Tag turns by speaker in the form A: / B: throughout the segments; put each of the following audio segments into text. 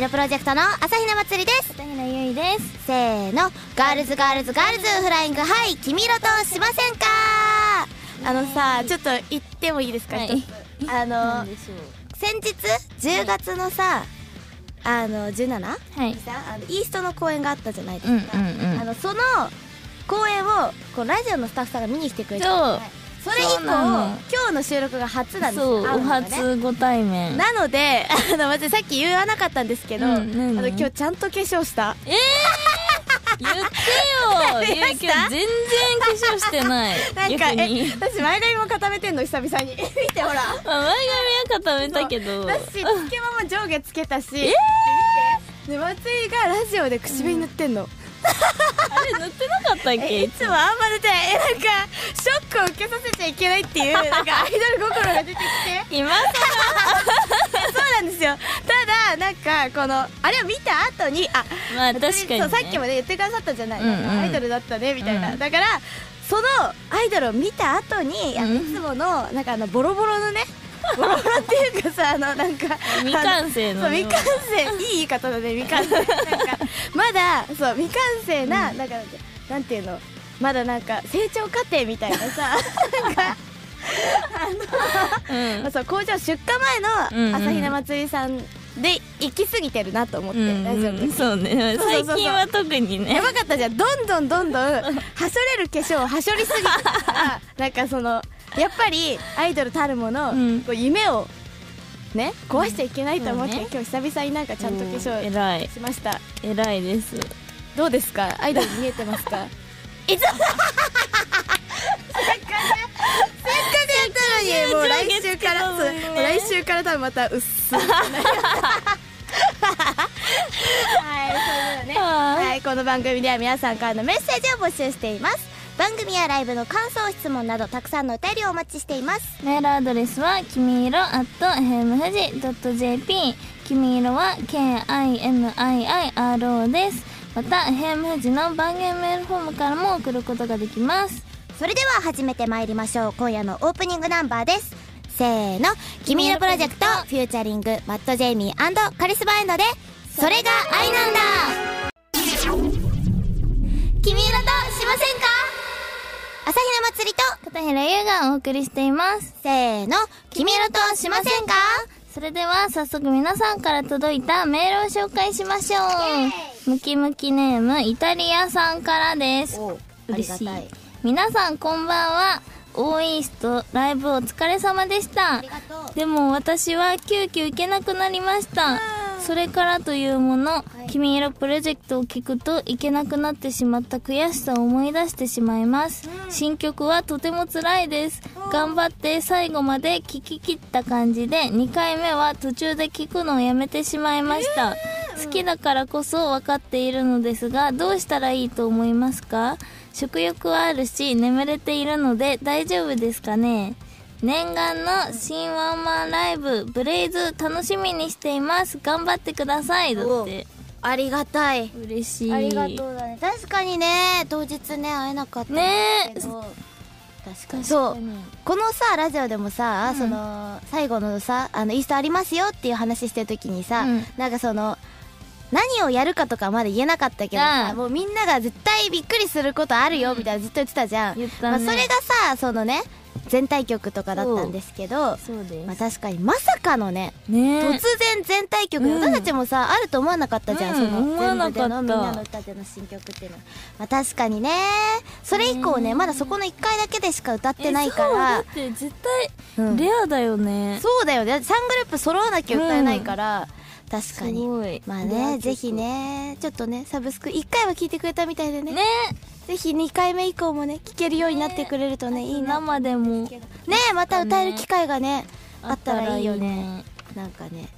A: ロプロジェクトの朝日奈まつりです
B: 片平ゆいです
A: せーのガールズガールズガールズフライングハイ君色としませんかあのさちょっと言ってもいいですか、
B: はい
A: 一つあの
B: でしょう
A: 先日10月のさあの 17? さ
B: はい
A: あのイーストの公演があったじゃないで
B: うんうん
A: すか、
B: うん
A: あのその公演をこうラジオのスタッフさんが見に来てくれて
B: そう
A: それ以
B: そ
A: 降
B: うなの
A: 今日の収録が初なんです
B: そう
A: よ
B: お
A: 会のがね
B: 初ご対面
A: なので、あの、まずさっき言わなかったんですけど、
B: うん
A: あ
B: 何
A: の、今日ちゃんと化粧した。
B: 言ってよ
A: 言いま
B: ゆい
A: した
B: き全然化粧してない
A: なんか、
B: 逆
A: え、
B: に
A: 私前髪も固めてんの、久々 に。見てほら。
B: まあ前髪は固めたけど
A: 私、つけまま上下つけたし。えで、松井がラジオで口紅塗ってんの。
B: あれ塗ってなかったっ
A: え、
B: け
A: いつもあんま出てない、え、なんか、ショックを受けさせちゃいけないっていう、なんかアイドル心が出てきて。
B: 今
A: そうなんですよ。ただ、なんか、この、あれを見た後に、あ、
B: まあ確かにね
A: そうさっきもね言ってくださったじゃない、
B: うんうん
A: アイドルだったねみたいな、
B: うん
A: だからそのアイドルを見た後に、いや
B: うん
A: いつものなんかあのボロボロのねボロボロっていうかさあのなんか
B: 未完成の
A: あそう未完成いい言い方だ ね未完成なんかまだそう未完成な、なんかなんていうのまだなんか成長過程みたいな さなんか
B: うん
A: まあそう工場出荷前の朝比奈祭りさんで行き過ぎてるなと思って、
B: うん
A: ラジオの
B: うんそうね
A: そうそうそう
B: 最近は特にね
A: やばかったじゃんどんどんどんどん はしょれる化粧をはしょりすぎてたからなんかそのやっぱりアイドルたるもの、
B: うん
A: こう夢をね壊しちゃいけないと思って、
B: そうね
A: 今日久々になんかちゃんと化
B: うん
A: 粧
B: 偉い
A: しました
B: 偉いです
A: どうですかアイドルに見えてますかいつせっかくやったのにもう来週から
B: せっかくやったのにね
A: そう来週から多分またうっすはいそうね
B: は
A: はい、この番組では皆さんからのメッセージを募集しています番組やライブの感想質問などたくさんのお便りをお待ちしています
B: メールアドレスはきみいろ at hemfuji.jp きみいろは KIMIIRO ですまた hemfuji の番組メールフォームからも送ることができます
A: それでは始めてまいりましょう今夜のオープニングナンバーですせーの「君のプロジェクト」フューチャリングマット・ジェイミーカリスマエンドで「それが愛なんだ」君色としませんか朝日奈祭りと
B: 片平優がお送りしています
A: せーの「君色としませんか?」
B: それでは早速皆さんから届いたメールを紹介しましょうムキムキネームイタリアさんからです嬉しい皆さんこんばんはオーイーストライブお疲れ様でした
A: とう
B: でも私は急遽行けなくなりましたそれからというもの「君色プロジェクト」を聞くと行けなくなってしまった悔しさを思い出してしまいます新曲はとても辛いです頑張って最後まで聴き切った感じで2回目は途中で聞くのをやめてしまいました好きだからこそ分かっているのですがどうしたらいいと思いますか食欲はあるし眠れているので大丈夫ですかね念願の新ワンマンライブブレイズ楽しみにしています頑張ってくださいだって
A: ありがたい
B: 嬉しい
A: ありがとうだね確かにね当日ね会えなかったん
B: ねえ
A: ですけど確かに
B: そ
A: そう
B: う
A: このさラジオでもさ、その最後のさあのイースターありますよっていう話してる時にさ、
B: うん
A: なんかその何をやるかとかまだ言えなかったけどさ、
B: うん
A: もうみんなが絶対びっくりすることあるよみたいなずっと言ってたじゃん、
B: 言ったね
A: まあ、それがさそのね全体曲とかだったんですけど
B: そうです、
A: まあ、確かにまさかのね
B: ね
A: 突然全体曲で、
B: うん
A: 私たちもさあると思わなかったじゃん、
B: うん
A: そ
B: 思わ
A: の全部
B: なか
A: での
B: った
A: みんなの歌での新曲っていうのは、まあ、確かにねそれ以降ねまだそこの1回だけでしか歌ってないか
B: え
A: ら
B: そうだって絶
A: うん
B: 対レアだよね、
A: そうだよねだって3グループ揃わなきゃ歌えないから、確か
B: す
A: に
B: ごい
A: まあ
B: レア
A: ね
B: 曲
A: ぜひねちょっとねサブスク1回は聴いてくれたみたいでね
B: ね
A: ぜひ2回目以降もね聴けるようになってくれるとねいいな
B: 生でも
A: ねまた歌える機会がねあったらいいよね
B: ね
A: なんかね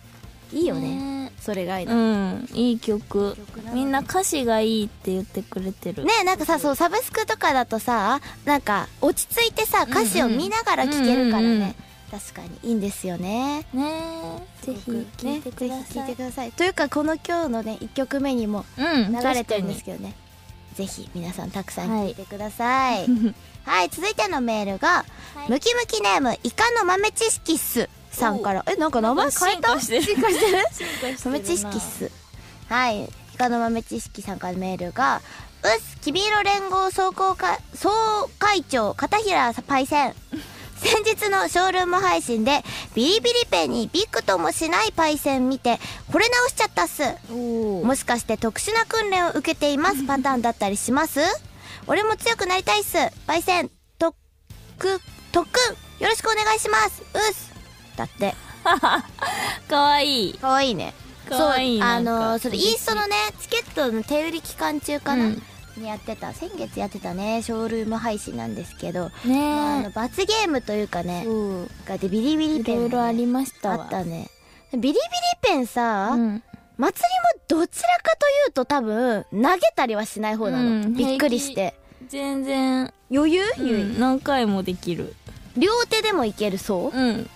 A: いいよね
B: ね
A: それがいいな
B: うんいい曲
A: 曲なの
B: みんな歌詞がいいって言ってくれてる
A: ねなんかさそうサブスクとかだとさなんか落ち着いてさ歌詞を見ながら聴けるからね、
B: うんうんうんうん
A: 確かにいいんですよね
B: ねぜひ聴いてくだ
A: ねぜひ聴い
B: さ
A: て
B: い
A: くださいというかこの今日のね1曲目にも
B: うん
A: 流れてるんです
B: け
A: けどねぜひ皆さんたくさん聴いてくださ いはい、続いてのメールが、ムキムキネームイカの豆知識っすさんから。え、なんか名前変えた
B: なんか進化してる
A: 進化してる
B: 進化してるな
A: 豆知識っす。はい。ヒカの豆知識さんからメールが、うっす、黄色連合総合会、総会長、片平パイ セン。先日のショールーム配信で、ビリビリペンにビクともしないパイセン見て、これ直しちゃったっす。
B: お
A: もしかして特殊な訓練を受けていますパターンだったりします俺も強くなりたいっす焙煎特訓特訓よろしくお願いしますうっすだって
B: かわいい
A: かわいいね
B: かわいい
A: そうあ
B: なんか
A: のそれイーストのねチケットの手売り期間中かな、
B: うん
A: にやってた先月やってたねショールーム配信なんですけど、
B: ね
A: まああ
B: え
A: の罰ゲームというかね
B: そう
A: がでビリビリ
B: い
A: ペン、ね、
B: ろいろありました
A: あ
B: わ
A: ったねビリビリペンさ、
B: うん
A: 祭りもどちらかというと多分投げたりはしない方なの、
B: うん
A: びっくりして
B: 全然、
A: 余裕、
B: う
A: ゆい
B: ん、何回もできる
A: 両手でもいけるそう、
B: うん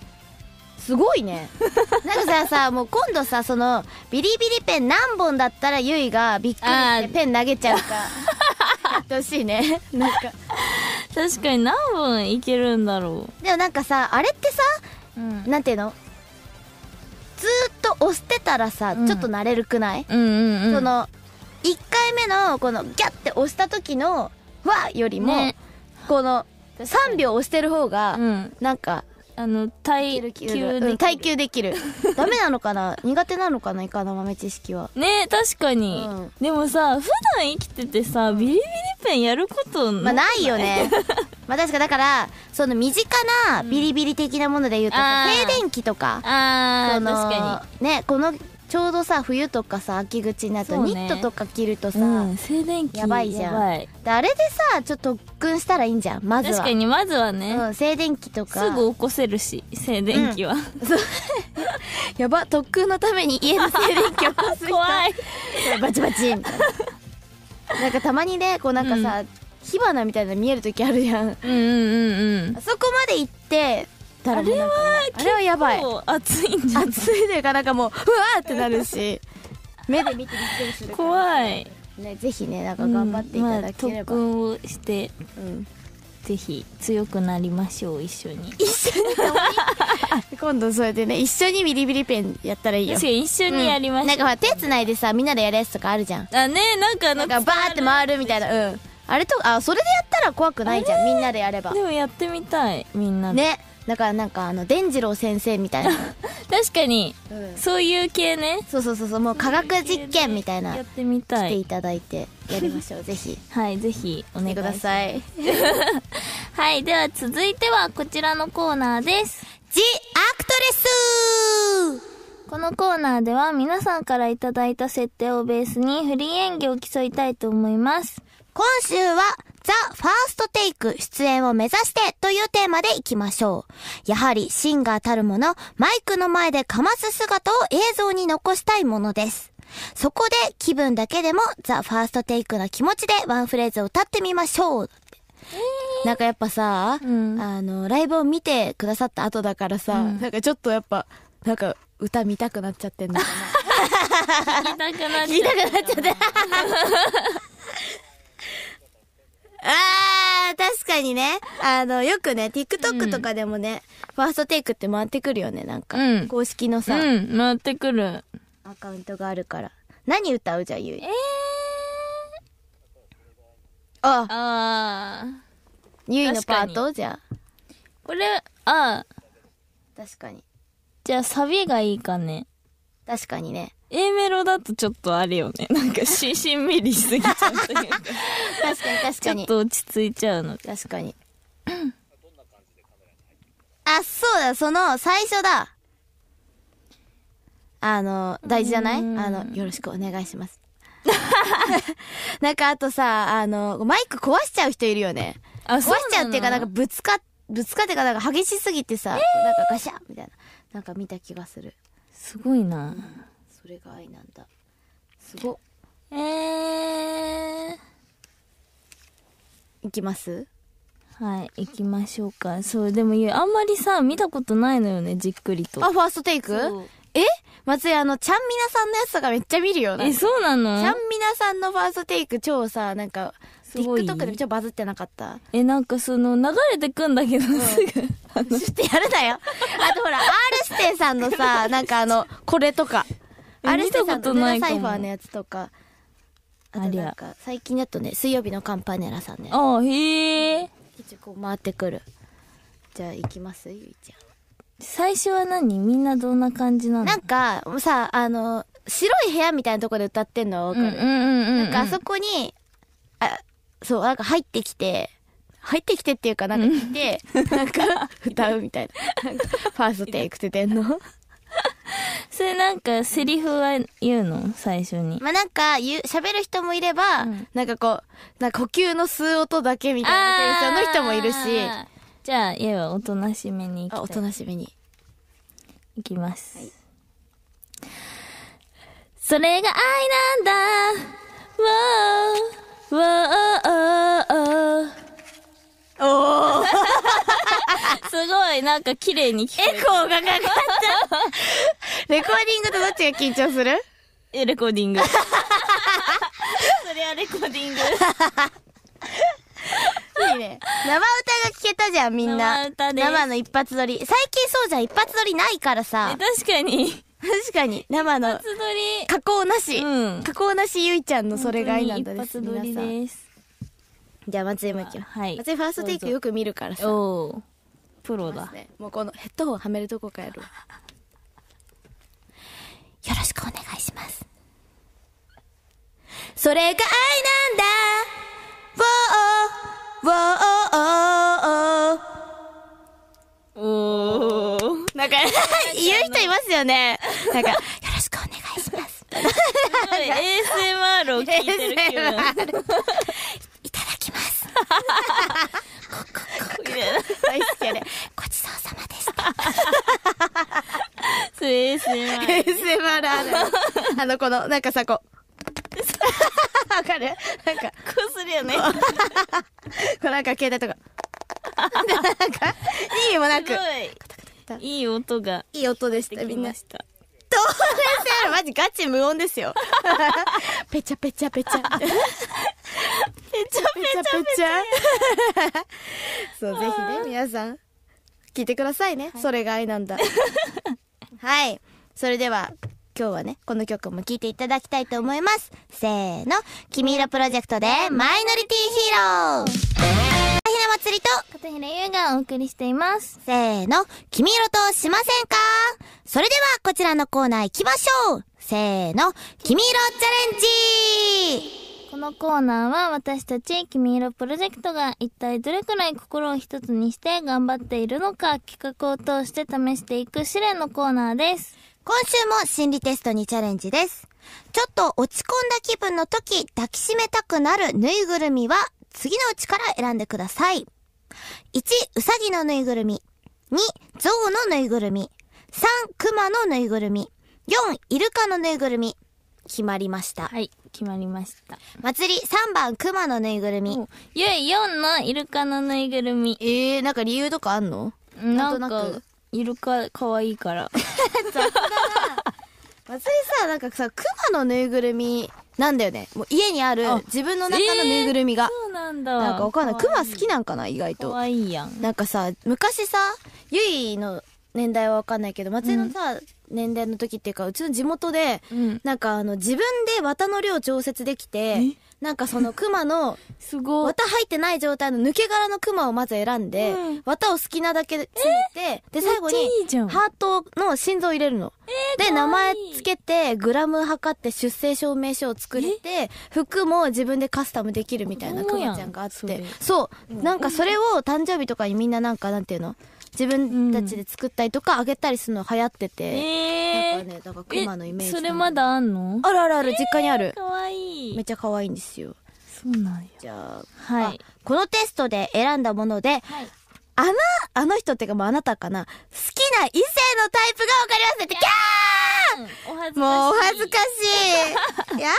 A: すごいね なんかささもう今度さそのビリビリペン何本だったらゆいがびっくり
B: あ
A: して
B: ー
A: ペン投げちゃう かやってほしいねなんか
B: 確かに何本いけるんだろ
A: でもなんかさあれってさ
B: ううん
A: なんていうのずーっと押してたらさ、
B: うん
A: ちょっと慣れるくない、
B: うんうんうん
A: その1回目のこのギャッて押した時のわよりも、
B: ね
A: この3秒押してる方が、
B: うん
A: なんか
B: あの耐久できる、
A: うん耐久できるダメなのかな苦手なのかなイカの豆知識は
B: ね確かに、
A: うん
B: でもさ普段生きててさビリビリペンやること
A: まあないよ ねまあ確かだからその身近なビリビリ的なもので言うとさ、
B: あー
A: 静電気とか
B: あ
A: そ
B: ー
A: の
B: 確か
A: ねこのちょうどさ冬とかさ秋口になると
B: そうね
A: ニットとか着るとさ、
B: にうん静電気
A: やばいじゃん
B: やばい
A: であれでさちょっと特訓したらいいんじゃんまず
B: 確
A: は
B: かにまずはね、
A: うん、静電気とか
B: すぐ起こせるし静電気は、
A: やば特訓のために家の静電気を起こす人
B: 怖い
A: バチバチみたいななんかたまにねこうなんかさ、火花みたいなの見える時あるじゃんあ
B: うんうんうんうん
A: そこまで行ってたらもうなんかねあれはやばい
B: 結構熱いんじゃん
A: 熱いというかなんかもううわーってなるし目で見てびっくりするから
B: 怖い
A: ねぜひねなんか頑張っていただければ、
B: うんまあ、特訓をして
A: うん
B: ぜひ強くなりましょう一緒に
A: 一緒に共に今度そうやってね一緒にビリビリペンやったらいいよ
B: 確かに一緒にやりましょう、
A: なんかほら手つないでさみんなでやるやつとかあるじゃん
B: あねなんかあの
A: なんかバーって回るみたいなうんあれとあそれでやったら怖くないじゃんみんなでやれば
B: でもやってみたいみんなで
A: ねだからなんかあの伝次郎先生みたいな、
B: 確かに
A: うん
B: そういう系ね
A: そうそうそうそうもう科学実験みたいな
B: やっ
A: して
B: みた
A: てい
B: い
A: ただいてやりましょうぜ ひ
B: はいぜひお
A: お
B: 願いし
A: く
B: ま
A: だ
B: す
A: さい
B: はいでは続いてはこちらのコーナーです
A: 「ジ・アクトレス
B: このコーナーでは皆さんからいただいた設定をベースにフリー演技を競いたいと思います」
A: 今週は「ザ・ファーストテイク出演を目指して」というテーマでいきましょうやはりシンガーたるものマイクの前でかます姿を映像に残したいものですそこで気分だけでもザ・ファーストテイクな気持ちでワンフレーズを歌ってみましょうなんかやっぱさ、
B: うん
A: あのライブを見てくださった後だからさ、なんかちょっとやっぱなんか歌見たくなっちゃってんのか
B: 聞きたくなっ
A: な見
B: ちゃ
A: たくなっちゃって あー確かにねあのよくね TikTok とかでもね、ファーストテイクって回ってくるよねなんか、
B: うん
A: 公式のさ、
B: ううん回ってくる
A: アカウントがあるから何歌うじゃんゆい
B: え
A: あ
B: ー、あー
A: ゆいのパー
B: 確か
A: トじゃあ
B: これあー
A: 確かに
B: じゃあサビがいいかね
A: 確かにね
B: A メロだとちょっとあれよねなんかししんみりしすぎちゃう というか
A: 確かに確
B: ち
A: か
B: ょ
A: に
B: っと落ち着いちゃうの
A: 確かに。あ、そうだ、その、最初だ。あの、大事じゃないあ
B: うん
A: の、よろしくお願いします。 なんか、あとさ、あの、マイク壊しちゃう人いるよね。
B: あ
A: 壊しちゃうっていうか、なんかぶつか、ぶつかっていうか、なんか激しすぎてさ、なんかガシャみたいな。なんか見た気がする。
B: すごいな
A: それが愛なんだ。すごっ。
B: えー、
A: いきます
B: はい行きましょうかそうでもゆうあんまりさ見たことないのよねじっくりと
A: あ、ファーストテイク
B: そう
A: え松井、あの、ちゃんみなさんのやつとかめっちゃ見るよな
B: えそうなの
A: ちゃんみなさんのファーストテイク超さ、なんか、
B: すごい
A: TikTok でめっちゃバズってなかった。
B: え、なんかその、流れてくんだけど、すぐ。あの
A: ちょっとやるなよ。あとほら、R 指定さんのさ、なんかあの、これとか。
B: え
A: R 指定さんのルナ
B: 見た
A: サ
B: ことないかも
A: イファーのやつとか。あと
B: ありゃ
A: なんか、最近だとね、水曜日のカンパネラさんね。
B: ああ、へえ。
A: 一応こう回ってくる。じゃあ行きますゆいち
B: 最初は何みんなどんな感じ
A: ゃ
B: なの
A: ん。なんか、もうさ、あの、白い部屋みたいなとこで歌ってんのはわ
B: う
A: か
B: ん
A: る
B: うんうんうん。
A: なんかあそこに、あ、そう、なんか入ってきて、入ってきてっていうか、なんか来て、なんか歌うみたいな。なんかファーストテイクって出 んの
B: それなんか、セリフは言うの最初に。
A: まあなんか言う、喋る人もいれば、
B: うん
A: なんかこう、なんか呼吸の吸う音だけみたいなテンションの人もいるし、
B: あー。じゃあ、家はおとなしめに行きたい
A: あ、おとなしめに。
B: いきます。それが愛なんだ。ウォーウォーウォーウォー
A: おー
B: すごい、なんか綺麗に聞こ
A: エ コーがかかったレコーディングとどっちが緊張する
B: える。レコーディング。それはレコーディング。
A: いいね。生歌が聞けたじゃん、みんな。
B: 生歌です
A: 生の一発撮り。最近そうじゃん、一発撮りないから
B: え
A: さ。
B: 確かに。
A: 確かに、生 の
B: つ撮り。
A: 加工なし。
B: うん
A: 加工なしゆいちゃんのそれが愛なんだです。
B: 本当に一
A: 皆
B: 発撮
A: さん
B: りです。
A: じゃあ、松井も行きます。
B: はい
A: 松井ファーストテイクよく見るからさ。
B: おお。プロだ。
A: もうこのヘッドホンはめるとこからやるわ。よろしくお願いします。それが愛なんだ。ウォー、ウォー、
B: おお。
A: なん か、言う人いますよね。なんか、よろしくお願いします。
B: すごい ASMR を聞いてる気分。
A: いただき ます。
B: みたいな
A: 大好きやね。ごちそうさまでした。
B: それ ASMR。
A: ASMR ある。あの、この、なんかさ、 こう。わかるなんか、
B: こうするよね。
A: こうなんか携帯とか。なんか、いいもなく。
B: すごい。いい音が。
A: いい音でした、
B: で
A: み
B: き
A: んな
B: ま。した。
A: どうですよマジガチ無音ですよ。ペチャペチャペチャ。ペチャペチャペチャ。そう、ぜひね、皆さん、聞いてくださいね。それが愛なんだ。はい。それでは、今日はね、この曲も聴いていただきたいと思います。せーの、君色プロジェクトでマイノリティヒーローひな祭りと、
B: 片平優がお送りしています。
A: せーの、君色としませんかそれでは、こちらのコーナー行きましょうせーの、君色チャレンジ
B: このコーナーは私たち君色プロジェクトが一体どれくらい心を一つにして頑張っているのか企画を通して試していく試練のコーナーです。
A: 今週も心理テストにチャレンジです。ちょっと落ち込んだ気分の時、抱きしめたくなるぬいぐるみは、次のうちから選んでください。1、うさぎのぬいぐるみ。2、ゾウのぬいぐるみ。3、クマのぬいぐるみ。4、イルカのぬいぐるみ。決まりました。
B: はい、決まりました。
A: 祭り3番、クマのぬいぐるみ。
B: ゆい4のイルカのぬいぐるみ。
A: えー、なんか理由とかあんの
B: なん
A: なんとな
B: か
A: く、
B: イルカ可愛いから。
A: 祭りさ、なんかさ、クマのぬいぐるみなんだよね。もう家にある
B: あ
A: 自分の中のぬいぐるみが。
B: そうなんだ。
A: なんかわかんない。クマ好きなんかな意外
B: 可
A: と。
B: 愛いやん。
A: なんかさ、昔さ、ゆいの年代はわかんないけど、祭りのさ、年代の時っていうか、うちの地元で、
B: うん。
A: なんかあの、自分で綿の量調節できて
B: え、
A: なんかそのクマの、
B: すごい。
A: 綿入ってない状態の抜け殻のクマをまず選んで、
B: うん
A: 綿を好きなだけついて、で、最後に
B: めっちゃいいじゃん
A: ハートの心臓を入れるの。で、名前つけて、グラム測って出生証明書を作れて、服も自分でカスタムできるみたいな
B: 子
A: ク
B: 供やん
A: マちゃんがあっ
B: そ
A: て
B: れ。
A: そう。なんかそれを誕生日とかにみんななんかなんていうの自分たちで作ったりとかあげたりするの流行ってて。
B: え
A: なん
B: ー
A: かね、だからクマのイメージ。
B: えそれま。だあんの
A: あるあるある、実家にある。
B: 可愛い
A: めっちゃ可愛いんですよ。
B: そうなんや。
A: じゃあ、
B: はい
A: あ。このテストで選んだもので、
B: はい。
A: あの、あの人っていうかもうあなたかな。好きな異性のタイプがわかりますって、キャー
B: お恥ずかしい。
A: もうお恥ずかしい。や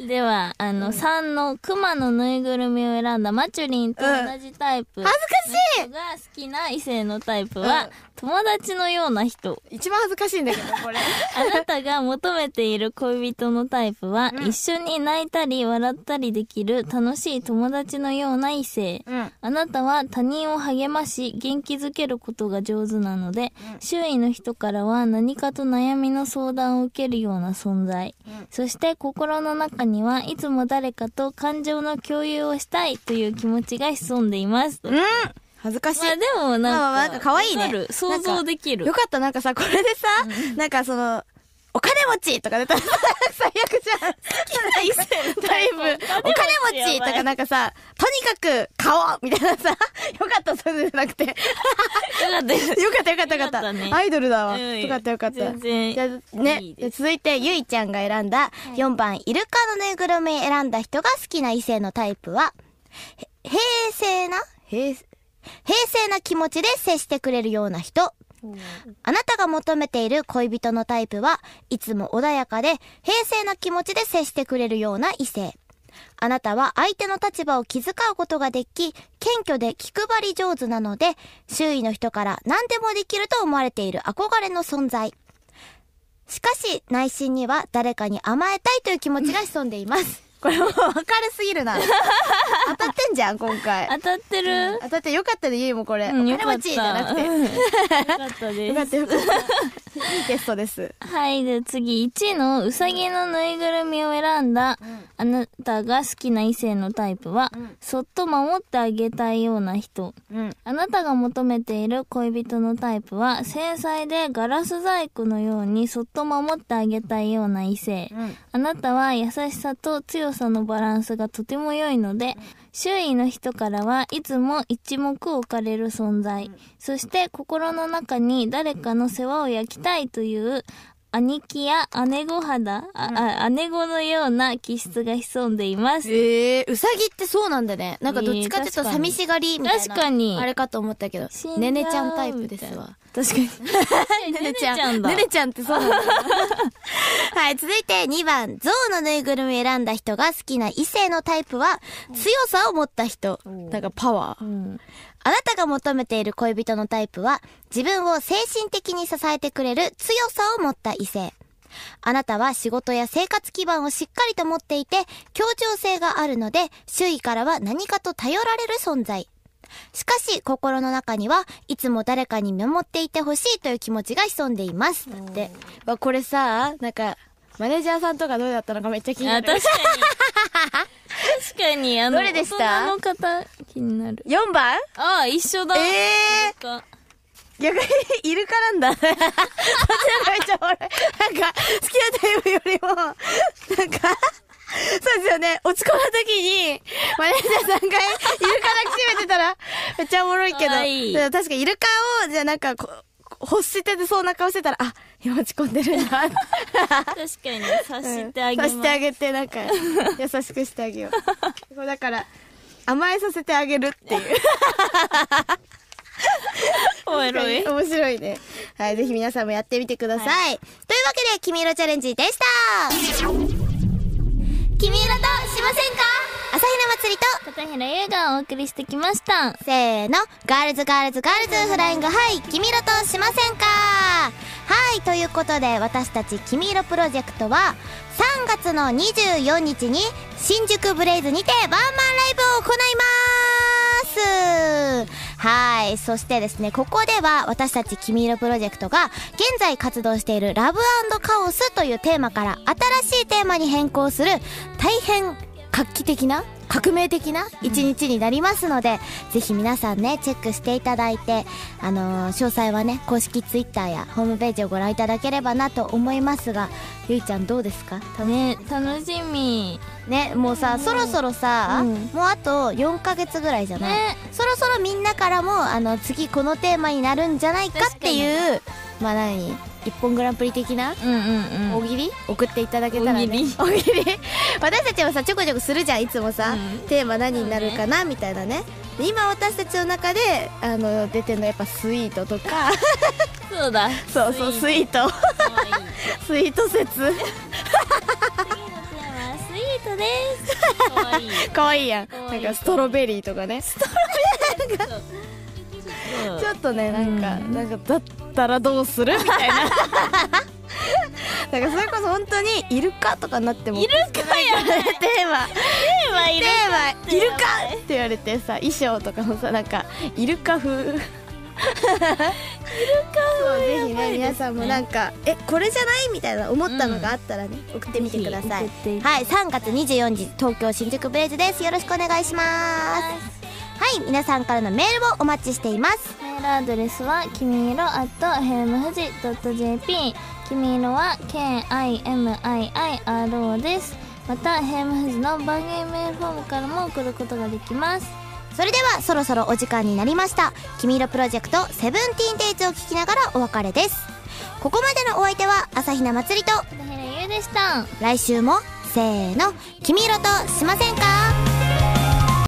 A: だ。
B: では、あの、3の熊のぬいぐるみを選んだマチュリンと同じタイプ。
A: 恥ずかしい
B: 僕が好きな異性のタイプは、
C: うん
B: 友達のような人。
C: 一番恥ずかしいんだけど、これ。
B: あなたが求めている恋人のタイプは、一緒に泣いたり笑ったりできる楽しい友達のような異性。
C: うん。
B: あなたは他人を励まし元気づけることが上手なので、周囲の人からは何かと悩みの相談を受けるような存在、そして心の中にはいつも誰かと感情の共有をしたいという気持ちが潜んでいます。ま
C: 恥ずかしい。
B: あでもなんか、
C: まあまあなんか可愛いね
B: わる想像できる
C: よ。かった、なんかさ、これでさ、なんかその、お金持ちとか出たらさ 最悪じゃん。好きな異性タイプ。お金持ちとかなんかさ、とにかく買おうみたいなさ、よかった、それじゃなくて。よ
B: よかった です
C: かった、よかった、よかっ
B: よかったね
C: た。アイドルだわ。
B: うん
C: よかった、よかった。
B: 全然
C: じゃあね
B: いい、
C: じゃ
B: で
C: あ続いて、ゆいちゃんが選んだ、
A: 4番、イルカのぬいぐるみ選んだ人が好きな異性のタイプは、へ平静な
C: へえ、
A: 平静な気持ちで接してくれるような人。あなたが求めている恋人のタイプはいつも穏やかで平静な気持ちで接してくれるような異性。あなたは相手の立場を気遣うことができ、謙虚で気配り上手なので、周囲の人から何でもできると思われている憧れの存在。しかし、内心には誰かに甘えたいという気持ちが潜んでいます。
C: これもう分かるすぎるな。 当たってんじゃん、今回。
B: 当たってる、よ
C: 当たってよかったで、ゆいもこれ。お
B: うん
C: 金
B: よかった
C: 持ちじゃなくて。
B: かったで
C: よ
B: す
C: か。ったよかった。いいテストです。
B: はい、で次、1位のうさぎのぬいぐるみを選んだ、あなたが好きな異性のタイプは、そっと守ってあげたいような人。
C: うん。
B: あなたが求めている恋人のタイプは、繊細でガラス細工のようにそっと守ってあげたいような異性。
C: うん。
B: あなたは優しさと強さのバランスがとても良いので、周囲の人からはいつも一目置かれる存在。そして心の中に誰かの世話を焼きたいという、兄貴や姉御肌、あ、あ、姉御のような気質が潜んでいます。
C: ええうさぎってそうなんだね。なんかどっちかっていうと
B: ええ確かに
C: 寂しがりみたいな。
B: 確かに
C: あれかと思ったけど
B: 死ん。じゃう
C: ねねちゃんタイプですわ。
B: 確かに。
C: ねね
B: ね
C: ちゃん。
B: だ。
C: ねねちゃんってそうなん だ。
A: はい、続いて2番、象のぬいぐるみを選んだ人が好きな異性のタイプは、強さを持った人。
C: なんかパワ
B: う
C: ー。
B: ん。
A: あなたが求めている恋人のタイプは、自分を精神的に支えてくれる強さを持った異性。あなたは仕事や生活基盤をしっかりと持っていて、協調性があるので、周囲からは何かと頼られる存在。しかし、心の中には、いつも誰かに見守っていてほしいという気持ちが潜んでいます。だって。
C: わ、これさ、なんか、マネージャーさんとかどうだったのかめっちゃ気にな
B: あ、確か
C: る。
B: に。確かに、あの、
C: どれでした
B: 大人の方、気になる。
C: 4番
B: ああ、一緒だ。
C: ええ
B: なんか
C: 逆に、イルカなんだ。そ っちの方がめっちゃおもろい。なんか、好きなタイプよりも、なんか、そうですよね。落ち込んだ時に、マネージャーさんがイルカ抱きしめてたら、めっちゃおもろいけど。
B: かわいい
C: でも確かイルカを、じゃあなんかこう、欲しててそうな顔してたら、あ、今落ち込んでるん だ。
B: 確かに、察してあげま
C: さ
B: す。
C: してあげて、なんか、優しくしてあげよう。こうだから、甘えさせてあげるっていう。
B: おいろい。
C: 面白いね。はい、ぜひ皆さんもやってみてください。
A: はい。というわけで、君色チャレンジでした。君色としませんか朝日奈祭りと、
B: 片平優がお送りしてきました。
A: せーの、ガールズガールズガールズフライング、はい、君色としませんかはい、ということで、私たち君色プロジェクトは、3月の24日に、新宿ブレイズにてワンマンライブを行いますはい。そしてですね、ここでは私たち君色プロジェクトが現在活動しているラブカオスというテーマから新しいテーマに変更する大変画期的な革命的な一日になりますので、ぜひ皆さんね、チェックしていただいて、あのー詳細はね、公式ツイッターやホームページをご覧いただければなと思いますが、ゆいちゃんどうですか
B: ね、楽しみ。
A: ね、もうさ、そろそろさ、
B: うん
A: もうあと4ヶ月ぐらいじゃない、
B: ね、
A: そろそろみんなからも、あの、次このテーマになるんじゃないかっていう、まあ何一本グランプリ的な
B: うんうんう
A: 大
B: ん。
A: 喜利送っていただけたらね
B: 大喜利
A: 大喜利私たちもさちょこちょこするじゃんいつもさ、
B: うん
A: テーマ何になるかなみたいなねで今私たちの中であの出てるのやっぱスイートとか
B: そうだ。
C: そうそう、スイート。
B: 可愛い
C: スイー ト説。
B: 次のテーマはスイートです。可愛いい。
C: かわいいやん。
B: か
C: な
B: わい
C: ん
B: い
C: かストロベリーとかね。 ちょっとね、なんか、なんか、だったらどうするみたいな。なんか、それこそ本当に、イルカとかなっても。イルカやねテーマ。
B: テーマい
C: テ
B: る。
C: ーマ、イルカって言われてさ、衣装とかもさ、なんか、イルカ風。イルカ風。ぜひね、皆さんもなんか、え、これじゃないみたいな思ったのがあったらね、送ってみてください
B: ぜ。ひ送って
A: はい、3月24日、東京新宿ブレイズです。よろしくお願いします。はい、皆さんからのメールをお待ちしています。
B: メールアドレスはきみいろ at hemfuji.jp きみいろは k-i-m-i-i-r-o ですまたヘムフジの番組メールフォームからも送ることができます
A: それでは、そろそろお時間になりました。君色プロジェクト、セブンティーンデイズを聞きながらお別れです。ここまでのお相手は、朝比奈まつりと、
B: 片平優でした
A: 来週も、せーの、君色としませんか